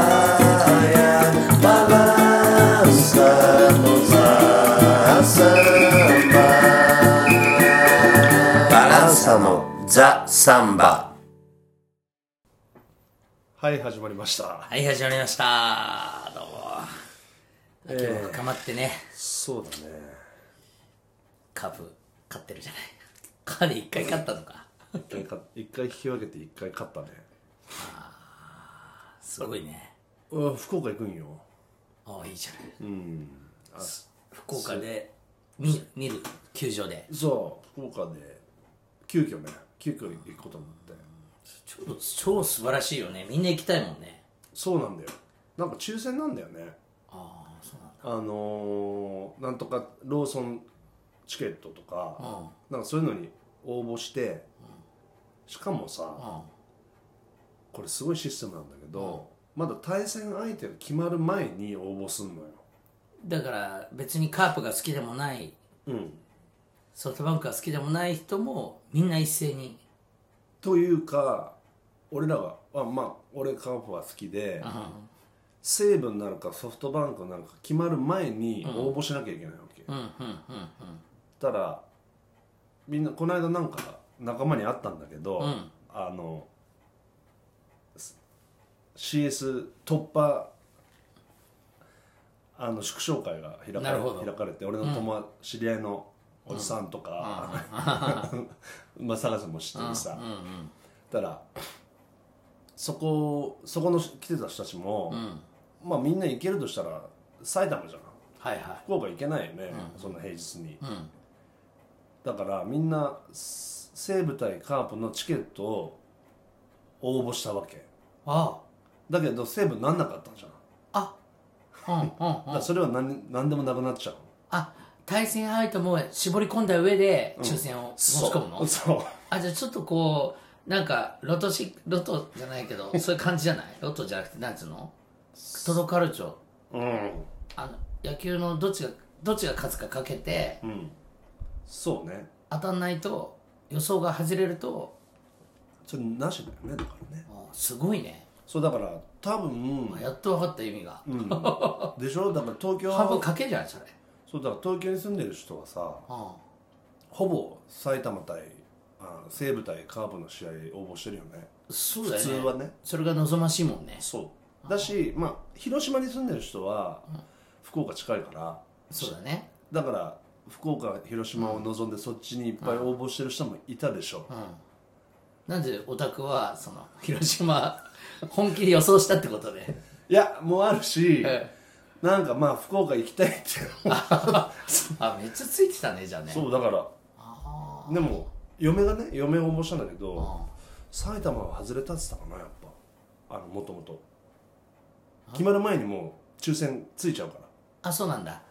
Praia, balançamos a samba. Balançamos the samba. はい始まりましたはい、始まりました。どうも。秋も深まってね、そうだね株買ってるじゃない。株一回買ったのか。一回か 一回引き分けて一回勝ったねすごいね。うん福岡行くんよああ、いいじゃない。うん。福岡で、見、見る、球場で。そう福岡で急遽ね急遽行くことになってちょっと超素晴らしいよね。みんな行きたいもんね。そうなんだよなんか抽選なんだよねああ、そうなんあのー、なんとかローソンチケットとかだ。なんかそういうのに応募してしかもさ、うん。うん。これすごいシステムなんだけど、まだ対戦相手が決まる前に応募すんのよだから、別にカープが好きでもない、うんソフトバンクが好きでもない人も、みんな一斉に。というか俺らがあまあ俺カープは好きで、うん。西武になるかソフトバンクになるか決まる前に応募しなきゃいけないわけ、うん、うん、うん、たらみんなこの間なんか仲間に会ったんだけど、うんあの CS 突破あの祝勝会が開かなるれほど開かれて俺の友、知り合いのおじさんとか、 まあ探せも知ってるさ、うん。うん、たらそこそこの来てた人たちもうん。う、ん。まあみんな行けるとしたら埼玉じゃんはいは福岡行けないよね、そんな平日にい。うん。だからみんなす西武対カープのチケットを応募したわけあだけど西武なんなかったじゃんだああうんうんかうらんそれは何何でもなくなっちゃうあ対戦相手も絞り込んだ上で抽選を申し込むの、そうそうあじゃあちょっとこうなんかロトしロトじゃないけ どそういう感じじゃないロトじゃなくてなんつうのトロカルチョうんあの野球のどっちがどっちが勝つかかけてうんそうね当たんないと予想が外れるとそれなしだよねだからねあすごいねそうだから多分やっと分かった意味が、でしょだから東京半分かけじゃんそれそうだから東京に住んでる人はさあほぼ埼玉対あ西武対カープの試合応募してるよねそうだよね普通はねそれが望ましいもんねそうだしまあ広島に住んでる人は福岡近いからそうだねだから福岡広島を望んでそっちにいっぱい応募してる人もいたでしょ、なんでオタクはその広島 本気で予想したってことでいやもうあるし、えなんかまあ福岡行きたいってあめっちゃついてたねじゃあねそうだからでも嫁がね嫁応募したんだけど埼玉は外れたって言ってたかなやっぱあのもともと決まる前にもう抽選ついちゃうからあそうなんだ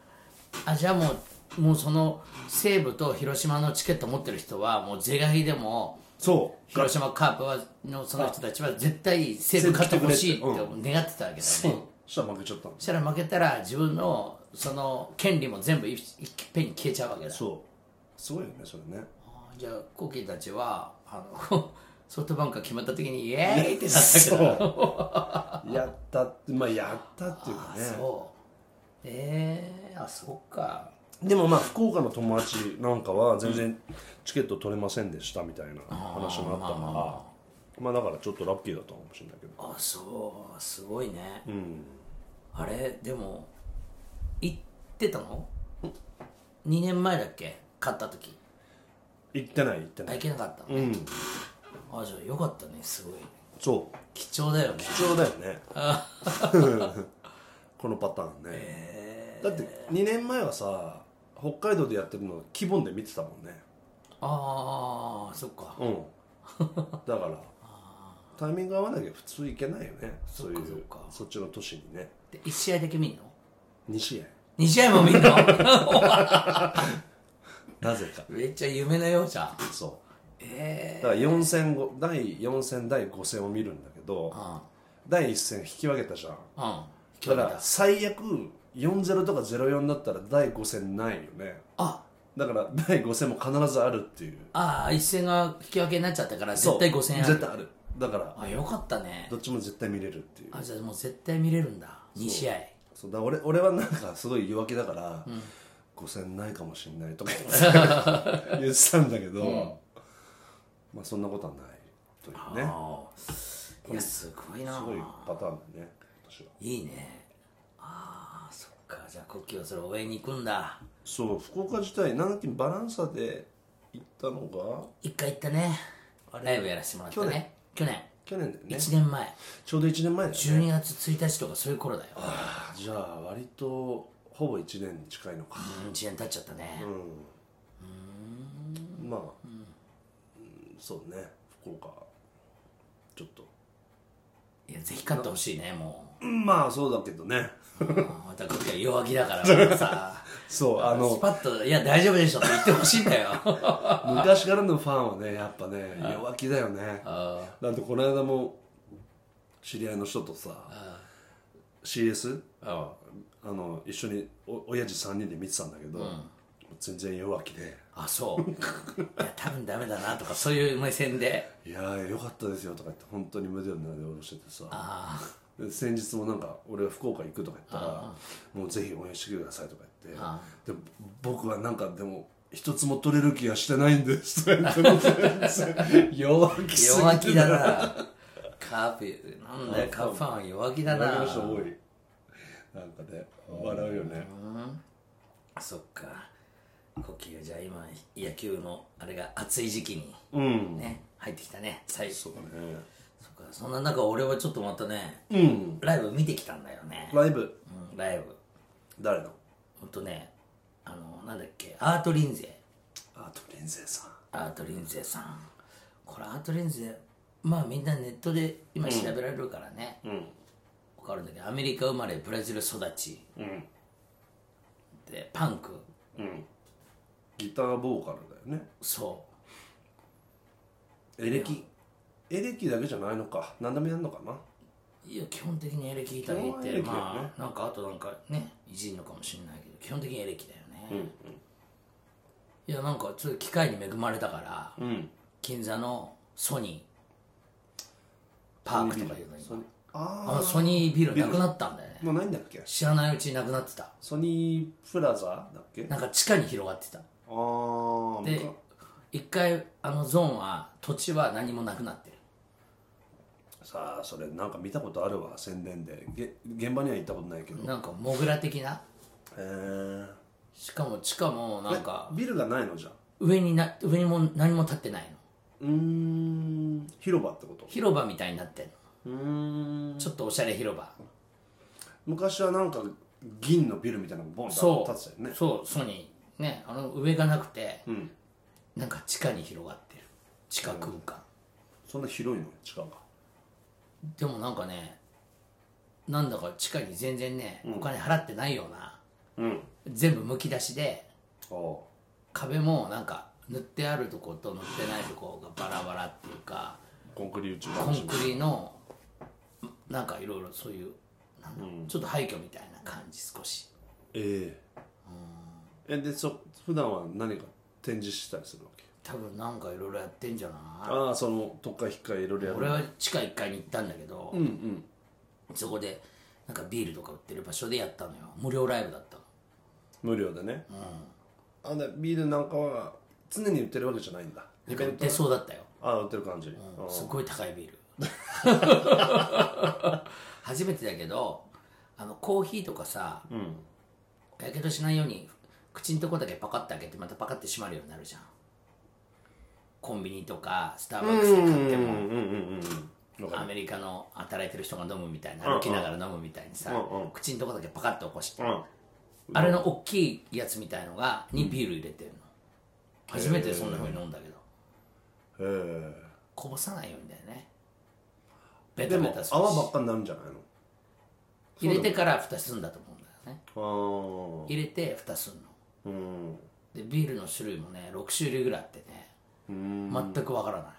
あじゃあもうもうその西武と広島のチケット持ってる人はもう是が非でもそう広島カープはのその人たちは絶対西武勝ってほしいって西武来て願ってたわけだねそそしたら負けちゃったんですしたら負けたら自分のその権利も全部いいっぺんに消えちゃうわけだそうすごいよねそれねじゃあコキたちはあの ソフトバンクが決まった時にイエーイってなったけどそう やったってまあやったっていうかあねそうえー、あそっかでもまあ福岡の友達なんかは全然チケット取れませんでしたみたいな話もあったからまあだからちょっとラッキーだったかもしれないけどあそうすごいねうんあれでも行ってたの2年前だっけ買った時行ってない行ってあない行けなかったの、うんあじゃあよかったねすごいそう貴重だよね貴重だよ ねこのパターンね、だって2年前はさ北海道でやってるの規模で見てたもんねああそっかうんだ からタイミング合わなきゃ普通行けないよねそういそっうかそっかそっちの都市にねで1試合だけ見んの2試合 ?2 試合も見んの なぜかめっちゃ夢のようじゃんそうえだから4戦後第4戦第5戦を見るんだけどえー、第1戦引き分けたじゃんうんうんだ興味かだら最悪4-0とか0-4だったら第5戦ないよねあだから第5戦も必ずあるっていうああ一戦が引き分けになっちゃったから絶対そう5000円ある絶対あるだからあよかったねどっちも絶対見れるっていうあじゃあもう絶対見れるんだ2試合そうだ俺俺はなんかすごい弱気だから、5000ないかもしんないとか 言ってたんだけど、まあそんなことはないというねああいやすごいなすごいパターンだね今年はいいねああそっかじゃあコッキーはそれ応援に行くんだそう福岡自体なんだっけバランサで行ったのが一回行ったねライブやらせてもらったね去年去年だよね1年前ちょうど1年前だよね12月1日とかそういう頃だよあじゃあ割とほぼ1年に近いのか、 1年経っちゃったねまあ、うんそうね福岡ちょっといやぜひ勝ってほしいねもううんまあそうだけどねあーまたコッキーは弱気だから さそうあスのパッと「いや大丈夫でしょ」って言ってほしいんだよ昔からのファンはねやっぱね弱気だよねあだってこの間も知り合いの人とさ CS ああの一緒にお親父3人で見てたんだけど、全然弱気であそういや多分ダメだなとかそういう目線で「いやーよかったですよ」とか言って本当に無理なで下ろしててさあで先日もなんか俺は福岡行くとか言ったら「もうぜひ応援してください」とか言あってで僕はなんかでも一つも取れる気がしてないんです とか言って全然弱気あすぎて弱気だな カープなんだよカープファンは弱気だ泣きなの人多いなんかね笑うよねそっかコッキーはじゃあ今野球のあれが熱い時期にうんね入ってきたね最初そうだねそっかそんな中俺はちょっとまたねうんライブ見てきたんだよね、ライブうん、ライブ誰のほんとねあのなんだっけアートリンゼあと林星さんアートリンゼさんこれアートリンゼまあみんなネットで今調べられるからね、わかるんだけどアメリカ生まれブラジル育ち、でパンクギターボーカルだよねそエレキエレキだけじゃないのか何でもやるのかなういや基本的にエレキギター弾い基本はエて、レキだよねまあなんかあとなんかねいじんのかもしれないけど基本的にエレキだよね、いやなんかちょっと機会に恵まれたから、うん銀座のソニーパークとかいうのにソニーああのソニービルなくなったんだよねあもうないんだっけ知らないうちになくなってたソニープラザだっけあなんか地下に広がってたあーで一回あのゾーンは土地は何もなくなってるさあそれなんか見たことあるわ宣伝でげ現場には行ったことないけどへなんかモグラ的なえしかも地下もなんかビルがないのじゃあ上にな上にも何も建ってないのうーん広場ってこと広場みたいになってんのうーんちょっとおしゃれ広場昔はなんか銀のビルみたいなのがボンとそ立ってたう、よねそうソニーねあの上がなくて、んなんか地下に広がってる地下空間、そんな広いの地下がでもなんかねなんだか地下に全然ね、お金払ってないようなうん全部むき出しでああ壁もなんか塗ってあるとこと塗ってないとこがバラバラっていうかコンクリートコンクリのなんかいろいろそういうなんだろうちょっと廃墟みたいな感じ少しえええでそ普段は何か展示したりするわけ多分なんかいろいろやってんじゃなああその特化引っかいろいろいや俺るは地下1階に行ったんだけど、そこでなんかビールとか売ってる場所でやったのよ無料ライブだったの無料でねあでビールなんかは常に売ってるわけじゃないんだイベ売っントてそうだったよああ売ってる感じ、あすごい高いビ ール初めてだけどあのコーヒーとかさやけどしないように口のとこだけパカッて開けてまたパカッて閉まるようになるじゃんコンビニとかスターバックスで買っうてもんうんうんうんわかアメリカの働いてる人が飲むみたいな歩きながら飲むみたいにさうんうん口のとこだけパカッて起こしてるうんあれの大きいやつみたいのがにビール入れてるの初めてそんなふうに飲んだけどへえこぼさないようにだよねベでタもベタするし泡ばっかになるんじゃないの入れてから蓋すんだと思うんだよねあ入れて蓋すんのあうんでビールの種類もね6種類ぐらいあってね全くわからな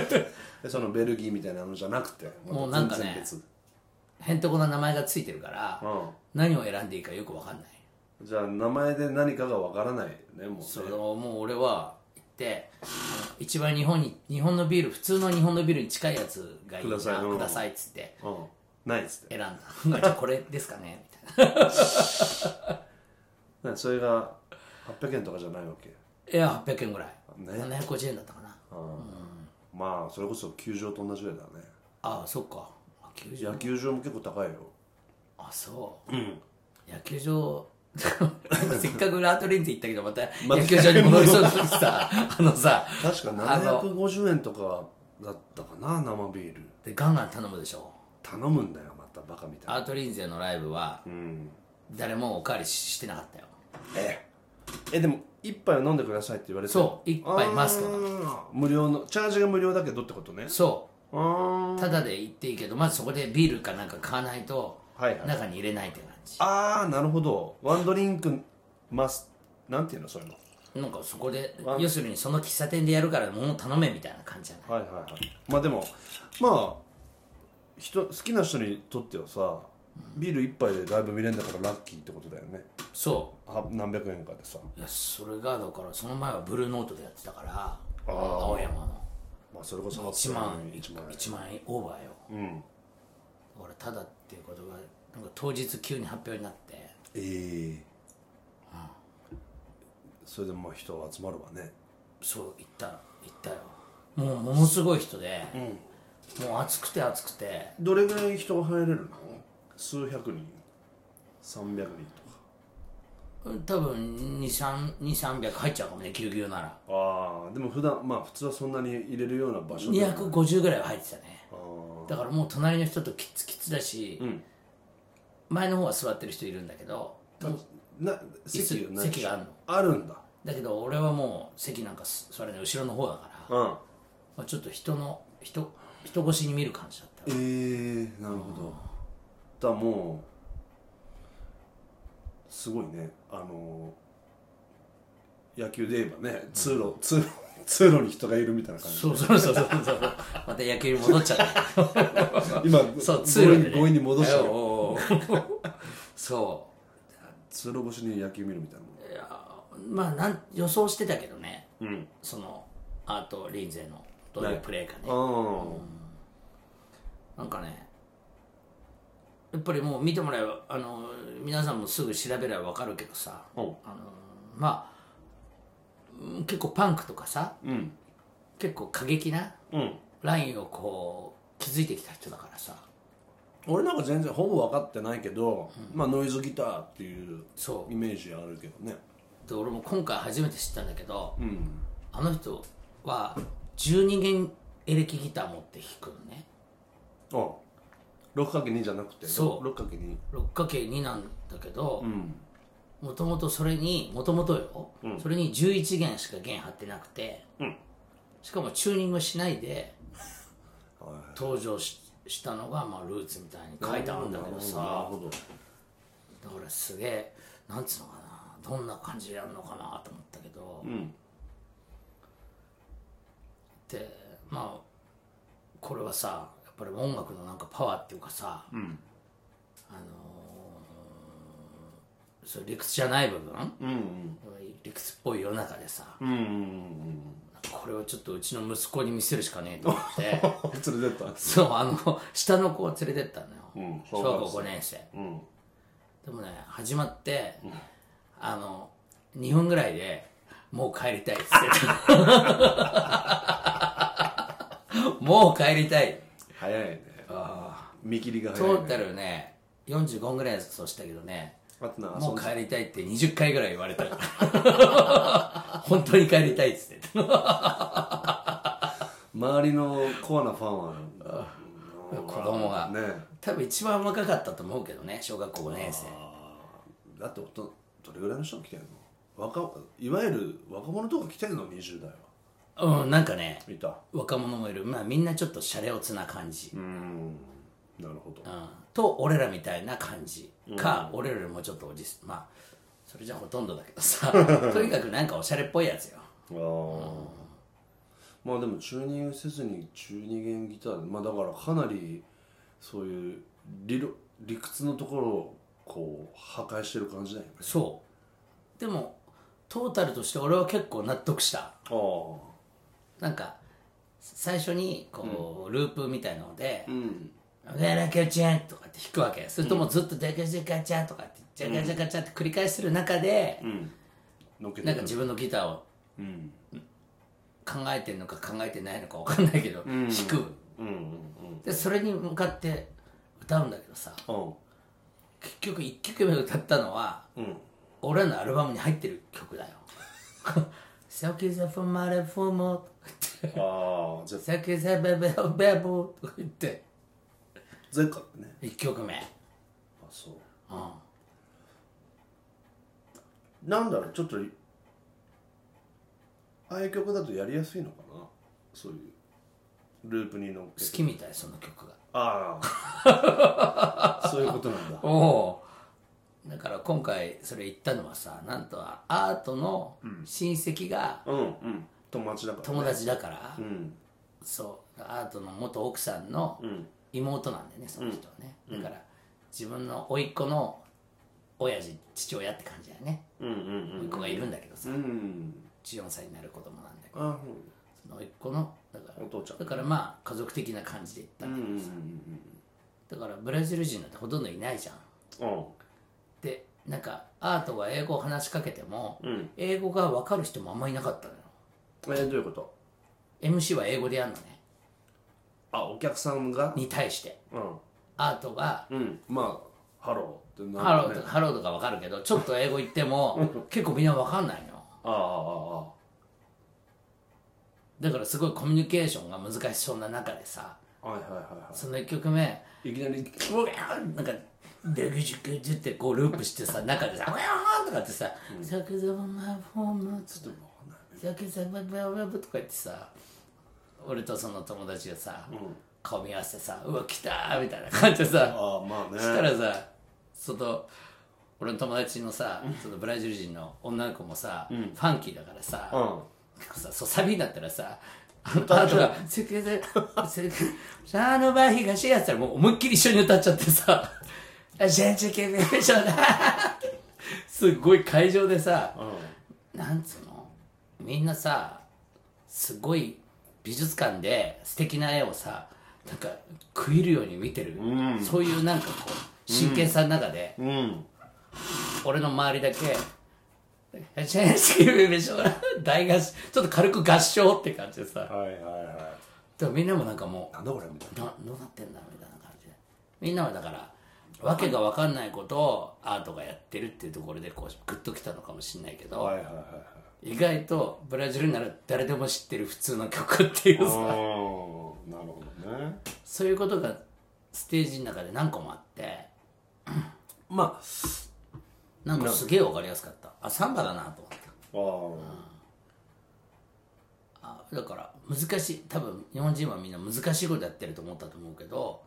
いでそのベルギーみたいなのじゃなくてもうなんかね全然別へんてこな名前がついてるから、うん何を選んでいいかよくわかんないじゃあ名前で何かがわからないねもうねそれをもう俺は行ってあの一番日本に日本のビール普通の日本のビールに近いやつがいいくなださいうんくださいっつってうんないっつって選んだ じゃあこれですかねみたいなんでそれが800円とかじゃないわけないや800円ぐらい、ね750円だったかなあまあそれこそ球場と同じぐらいだねあそっかあ球場野球場も結構高いよあそう、野球場 せっかくラートレンズ行ったけどまた野球場に戻りそうだし さあのさ確かあの750円とかだったかな生ビールでガンガン頼むでしょ頼むんだよまたバカみたいアートリンゼのライブはなうん誰もおかわりししてなかったよええでも一杯は飲んでくださいって言われてそう一杯マストなな無料のチャージが無料だけどってことねそあーうただで行っていいけどまずそこでビールかなんか買わないとはいはい中に入れないって感じ、あーなるほどワンドリンクマスなんていうのそういうのなんかそこでわ要するにその喫茶店でやるから物頼めみたいな感じじゃないはいはいはいまあでもまあ人好きな人にとってはさビール一杯でライブ見れるんだからラッキーってことだよねそは何百円かでさういやそれがだからその前はブルーノートでやってたからー青山のまあそれこそ1万1万円1万円オーバーようん俺ただっていうことがなんか当日急に発表になってええそれでまあ人集まるわねそう行った行ったよもうものすごい人で、もう暑くて暑くてどれぐらい人が入れるの数百人300人とかうん多分2300入っちゃうかもねぎゅうぎゅうならああでも普段まあ普通はそんなに入れるような場所で250ぐらいは入ってたねあーだからもう隣の人とキツキツだし、ん前の方は座ってる人いるんだけどな席席ない席があるのあるんだだけど俺はもう席なんかす座れない後ろの方だから、うんまあ、ちょっと人の人人越しに見る感じだったええなるほどだからもうすごいねあのー野球で言えばね通路、通路通路に人がいるみたいな感じそうそうそうそうそうまた野球に戻っち ゃった今そう通通路路で、に強引に戻したおうよおうおうそう通路越しに野球見るみたいいやまあなん予想してたけどねなもんうんそのアート・リンゼのどういうプレーかねあなんかねやっぱりもう見てもらえばあの皆さんもすぐ調べれば分かるけどさあうんまあうん結構パンクとかさうん結構過激なうんラインをこう築いてきた人だからさ俺なんか全然ほぼ分かってないけど、まあノイズギターっていうそうイメージあるけどねで俺も今回初めて知ったんだけど、うんあの人は12弦エレキギター持って弾くのねあ 6×2 じゃなくてそう 6×2 6×2 なんだけどうんもともとそれにもともとよ、それに11弦しか弦張ってなくて、うんしかもチューニングしないではい登場ししたのが、まあ、ルーツみたいに書いてあるんだけどさほどだからすげえなんつうのかなどんな感じでやるのかなと思ったけど、んでまあこれはさやっぱり音楽のなんかパワーっていうかさ、あのーそう理屈じゃない部分、うん理屈っぽい世の中でさ、うんうんうんこれをちょっとうちの息子に見せるしかねえと思って連れてった そうあの下の子を連れてったのよ、うん小学校5年生うんでもね始まって、あの2分ぐらいでもう帰りたいっ つってたもう帰りたい早いね見切りが早い、ね、トータルね45ぐらいだとしたけどねあとなもう帰りたいって20回ぐらい言われ たから本当に帰りたいっつってた周りのコアなファンは 子供がね多分一番若かったと思うけどね小学校5年生だっておとどれぐらいの人が来てんの若いわゆる若者とか来てんの20代はうんなんかねいた若者もいるまあみんなちょっとシャレオツな感じ、うんなるほどうんと俺らみたいな感じか、俺らよりもちょっとおじすまあそれじゃほとんどだけどさ とにかくなんかおしゃれっぽいやつよあーまあでもチューニングせずに中二弦ギターでまあだからかなりそういう理論理屈のところをこう破壊してる感じだよねそうでもトータルとして俺は結構納得したあなんか最初にこう、ループみたいのでうん「ガラカチャン」とかって弾くわけそれともずっと「ジャカジャカチャン」とかって「ジャカジャカチャン」って繰り返する中で、うんのっけてなんくかる自分のギターをうん考えてるのか考えてないのか分かんないけど、弾くうんうんでそれに向かって歌うんだけどさうん結局1曲目歌ったのはうん俺らのアルバムに入ってる曲だよ 「サキザフォマレフォモ」ああぜサキザベベベボ」とか言って前回ね1曲目あそううんなんだろうちょっとああいう曲だとやりやすいのかなそういうループに乗っけ好てきみたいその曲がああそういうことなんだおおだから今回それ言ったのはさなんとアートの親戚がうんうん友達だから、ね、友達だから、うんそうアートの元奥さんのうん妹なんだよねその人はね、だから自分の甥っ子の親父父親って感じだよねうんうん甥っ子がいるんだけどさ、うんうん14歳になる子供なんだけどあその甥っ子のだからお父ちゃんだからまあ家族的な感じで行ったうんんうだんうんけどだからブラジル人なんてほとんどいないじゃんでなんかアートが英語を話しかけても、うん英語が分かる人もあんまいなかったのようんえーどういうこと MC は英語でやるのねあお客さんがに対してうんアートがうんまあハローってなるハローねとか、ハローとかわかるけど、ちょっと英語言っても、結構みんなわかんないの。あああああだからすごいコミュニケーションが難しそうな中でさ、あはいはいはいはその1曲目、いいきなりうわーなんか、デグジグジってこうループしてさ、中でさ、うわーとかってさ、ザクザブマフォームちょっとわかんないザクザブブブブとか言ってさ、俺とその友達がさ、顔見合わせてさ、うわ、来たーみたいな感じでさ、ああまあねそしたらさその俺の友達のさそのブラジル人の女の子もさ、ファンキーだからさ,、さそうサビになったらさあのパートが「セクゼセクシャーノバ東や」っつったらもう思いっきり一緒に歌っちゃってさ「あジェンチェケメションだ」すっごい会場でさ、なんつうのみんなさすごい美術館で素敵な絵をさなんか食い入るように見てる、そういうなんかこう真剣さの中で、うんうん俺の周りだけ「チェンスキーベショラ」大合唱ちょっと軽く合唱って感じでさはいはいはでもみんなもなんかもいなんだこれみたいうなどうなってんだみたいな感じでみんなはだからわけが分かんないことをアートがやってるっていうところでこうグッときたのかもしれないけなど、はいはいはい意外とブラジルなら誰でも知ってる普通の曲っていうさはいうんなるほどねそういうことがステージの中で何個もあってまあなんかすげえ分かりやすかったあサンバだなと思ったあああだから難しい多分日本人はみんな難しいことやってると思ったと思うけど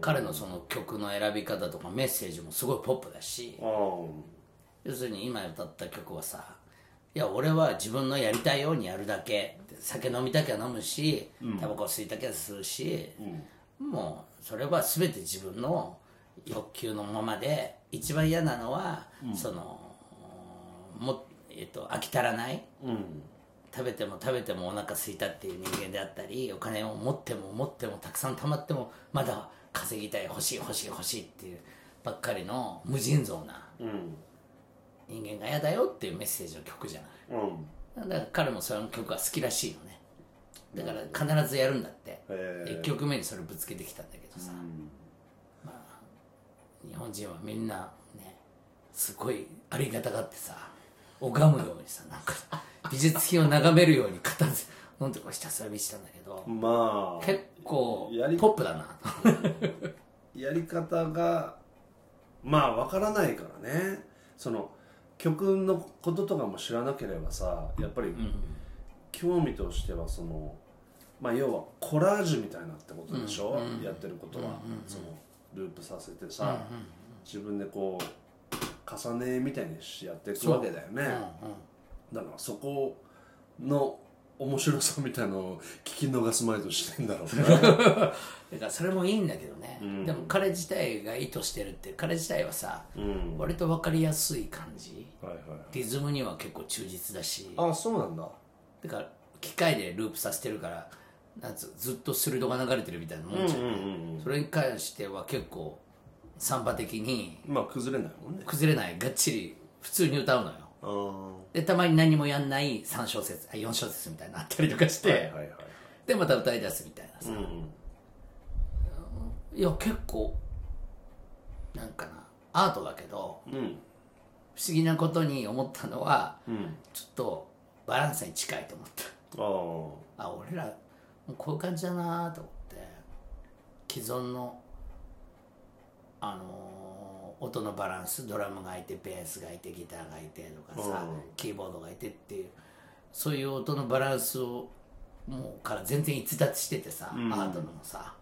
彼のその曲の選び方とかメッセージもすごいポップだしああ要するに今歌った曲はさ「いや俺は自分のやりたいようにやるだけ酒飲みたきゃ飲むしタバコ吸いたきゃ吸うし、もうそれは全て自分の欲求のままで一番嫌なのは、そのも、えっと、飽き足らない、食べても食べてもお腹空いたっていう人間であったりお金を持っても持ってもたくさん貯まってもまだ稼ぎたい欲しい欲しい欲しいっていうばっかりの無尽蔵なうん人間が嫌だよっていうメッセージの曲じゃないうんだから彼もその曲が好きらしいのねだから必ずやるんだってへえ1曲目にそれぶつけてきたんだけどさ、 음,まあ、日本人はみんなねすごいありがたがってさ拝むようにさなんか美術品を眺めるように片付飲んでこうひたすら見てたんだけどまあ結構やりポップだな やり方がまあわからないからねその曲のこととかも知らなければさやっぱり興味としてはそのまあ要はコラージュみたいなってことでしょ、やってることは、そのループさせてさ、自分でこう重ねみたいにしやっていくわけだよね、だからそこの面白さみたいのを聞き逃すまいとしてんだろうねだからそれもいいんだけどね、でも彼自体が意図してるって彼自体はさ、ん割と分かりやすい感じはいはいリズムには結構忠実だしあそうなんだだから機械でループさせてるからなんつうずっと鋭が流れてるみたいなもんじゃん,、それに関しては結構サンバ的にまあ崩れないもんね崩れないがっちり普通に歌うのよああでたまに何もやんない3小節あ4小節みたいなのあったりとかして、はいはいはいでまた歌い出すみたいなさ、いや結構なんかなアートだけどうん不思議なことに思ったのはうんちょっとバランスに近いと思っああたあ俺らもうこういう感じだなと思って既存のあのー音のバランスドラムがいてベースがいてギターがいてとかさ、うんキーボードがいてっていうそういう音のバランスをもうから全然逸脱しててさ、んアートのもさ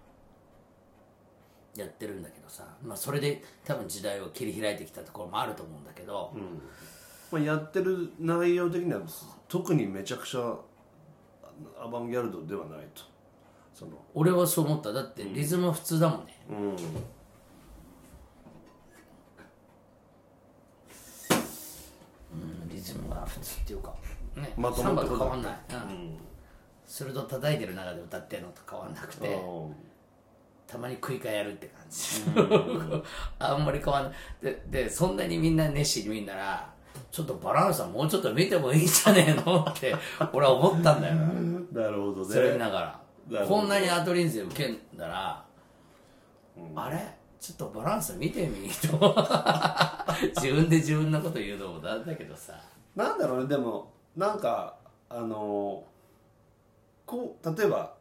やってるんだけどさ、まあ、それで多分時代を切り開いてきたところもあると思うんだけど、まあやってる内容的には特にめちゃくちゃアバンギャルドではないとその俺はそう思っただってリズムは普通だもんね、うんうんリズムは普通っていうか、ね、まとサまったンバと変わんない、うん鋭く叩いてる中で歌ってるのと変わんなくてたまに食い替えやるって感じ、 あんまり変わんないででそんなにみんな熱心に見んならちょっとバランスはもうちょっと見てもいいんじゃねえのって 俺は思ったんだよななるほどそれ見ねながならるほどこんなにアドリンズで受けんだら、あれちょっとバランス見てみと 自分で自分のこと言うのもなんだけどさなんだろうねでもなんかあのこう例えば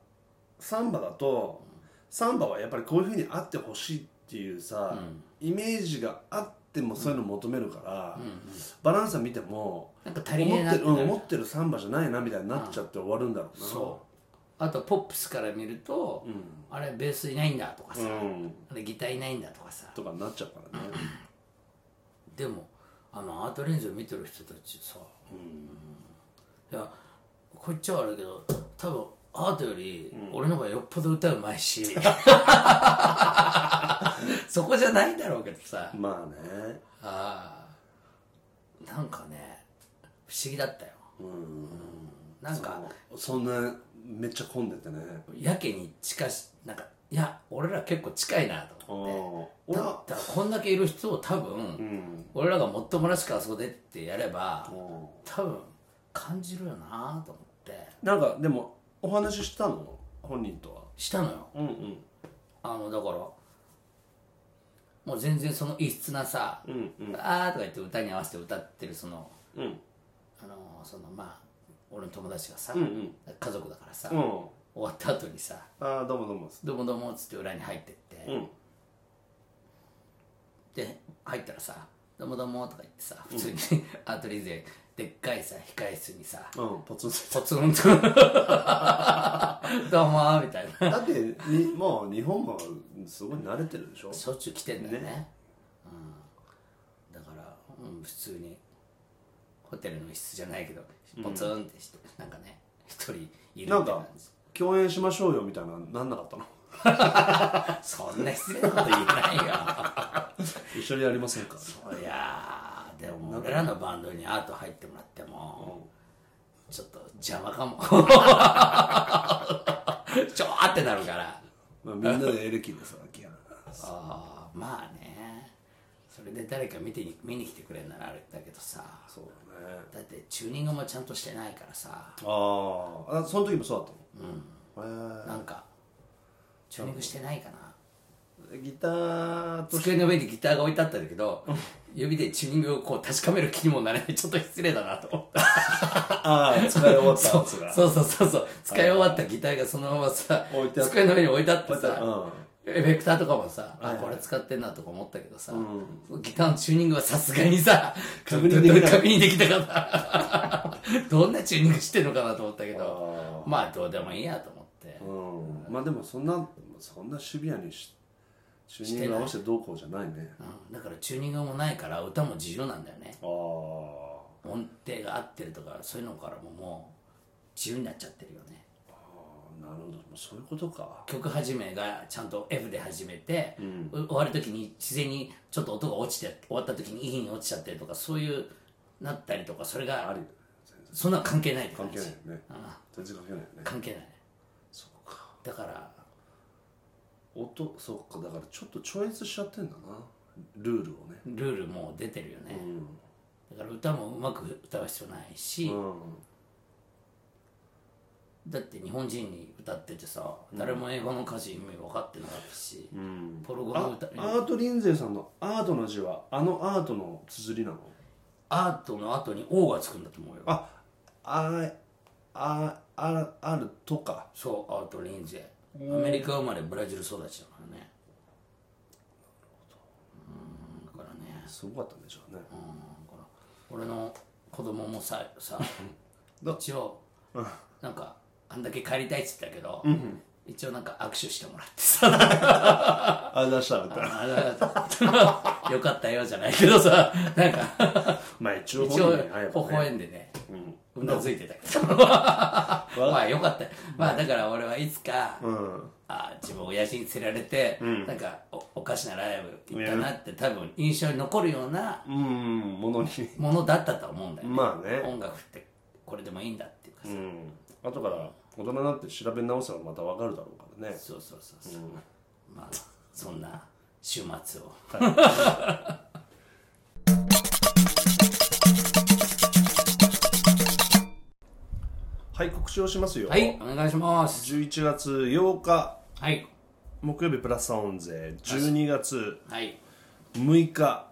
サンバだとサンバはやっぱりこういうふうにあってほしいっていうさ、イメージがあってもそういうの求めるから、バランスは見てもなんか足り思ねえっなってる、てなうんる、思ってるサンバじゃないなみたいになっちゃって終わるんだろうなそうあとポップスから見ると、あれベースいないんだとかさ、んあれギターいないんだとかさとかになっちゃうからねでもあのアートレンズを見てる人たちさ、いやこっちはあるけど多分アートより俺の方がよっぽど歌うまい し、そこじゃないんだろうけどさ、まあねああなんかね不思議だったよ、うんなんかそんなめっちゃ混んでてねやけに近しなんかいや俺ら結構近いなと思って。俺だはったらこんだけいる人を多分、俺らがもっともらしく遊んでってやれば、多分感じるよなと思ってなんかでもお話ししたの本人とはしたのようんうんあのだからもう全然その異質なさ「あー」とか言って歌に合わせて歌ってるそのうんあのそのまあ俺の友達がさ、うん家族だからさ、うん終あわった後にさあどうもどうも「どうもどうも」っつって裏に入ってって、うんで入ったらさ「どうもどうも」とか言ってさ普通に、 アートリーゼでっかいさ控え室にさうんポツンついポツンと どうもーみたいなただってにもう日本もすごい慣れてるでしょしょっちゅう来てんだよねうん、だから、うん、普通にホテルの一室じゃないけどポツンってして、なんかね一人いるみたないんなか感じ共演しましょうよみたいななんなかったのそんな失礼なこと言えない よ一緒にやりませんかいやーでも俺らのバンドにアート入ってもらっても、ちょっと邪魔かも ちょーってなるからまあみんなでエレキでさギャーああまあねそれで誰か見てに見に来てくれんならあれだけどさそうだねだってチューニングもちゃんとしてないからさあーあその時もそうだったのうんへなんかチューニングしてないかなえギターと机の上にギターが置いてあったんだけど指でチューニングをこう確かめる気にもなれないちょっと失礼だなと思ったああ使い終わったそうやつがそうそうそうそう使い終わったギターがそのままさ置いてあった机の上に置いてあって置いてあったさうんエフェクターとかもさ、あ、これ使ってんなとか思ったけどさ、ギターのチューニングはさすがにさ、確認できなかった確認できなか った。どんなチューニングしてんのかなと思ったけど、まあどうでもいいやと思って。うんまあでもそんなそんなシビアにしチューニング合わせてどうこうじゃないねうんだからチューニングもないから歌も自由なんだよね。ああ音程が合ってるとか、そういうのからももう自由になっちゃってるよね。なるほどもうそういうことか曲始めがちゃんと F で始めて、う終わる時に自然にちょっと音が落ちて終わった時に E に落ちちゃってとかそういうなったりとかそれあがりそんな関係ないって関感係じないよねああ全然関係ないよね関係ないそっかだから音そっかだからちょっと超越しちゃってんだなルールをねルールもう出てるよね、だから歌もうまく歌う必要ないし、うんだって日本人に歌っててさ誰も英語の歌詞意味分かってなかったし、ポルゴのあ歌アート・リンゼーさんのアートの字はあのアートの綴りなのアートの後に「王がつくんだと思うよあああああるとかそうアート・リンゼアメリカ生まれブラジル育ちだからねうんだからねすごかったんでしょうねうんだから俺の子供もささ一応なんかあんだけ帰りたいっつったけど、一応なんか握手してもらってさ あ出したみたいなあらよかったよじゃないけどさなんかまあ一応一応本微人に会えばね笑んでねうなずいてたけど まあよかったまあだから俺はいつか、うんあ自分親父に連れられて、なんかおおかしなライブ行ったなって多分印象に残るようなうんものにものだったと思うんだよ ね,、まあね音楽ってこれでもいいんだっていうかうさ、ん後から大人になって調べ直せばまたわかるだろうからねそうそうそうそう、まあそんな週末をはい告知をしますよはいお願いします11月8日はい木曜日プラスサウンゼ12月はい6日、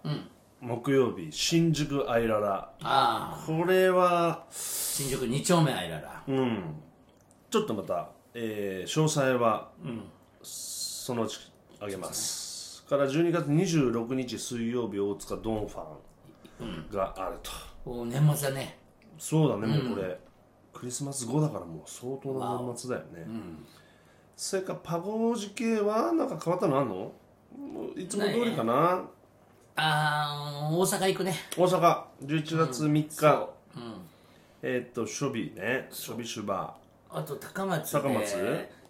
木曜日新宿アイララああこれは新宿2丁目あいらら、ちょっとまた、えー詳細は、そのうちあげますから12月26日水曜日大塚ドンファンがあると、お年末だねそうだねもうこれ、クリスマス後だからもう相当な年末だよね、それからパゴージ系はなんか変わったのあんのもういつも通りかなああ大阪行くね大阪11月3日、ううんえーっとショビねショビシュバあと高松で高松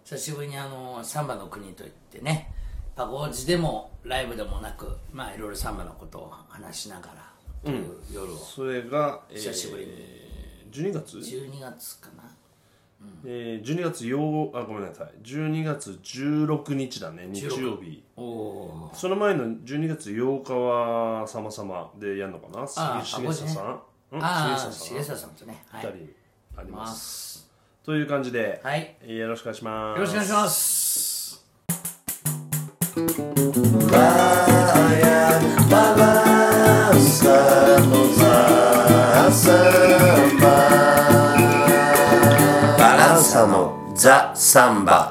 久しぶりにあのサンバの国といってねパゴージでもライブでもなくまあいろいろサンバのことを話しながらという夜をーそれが、えー久しぶりに12月、 12月かなえー、12月8あごめんなさい12月16日だね日曜日おおその前の12月8日はさまさまでやるのかなあー杉重久さんうんあ重あ重久さ沢さんとねはん2い人ありま、ますすという感じで、はいえーよろしくお願いしますよろしくお願いします Balança no samba. Balança no samba.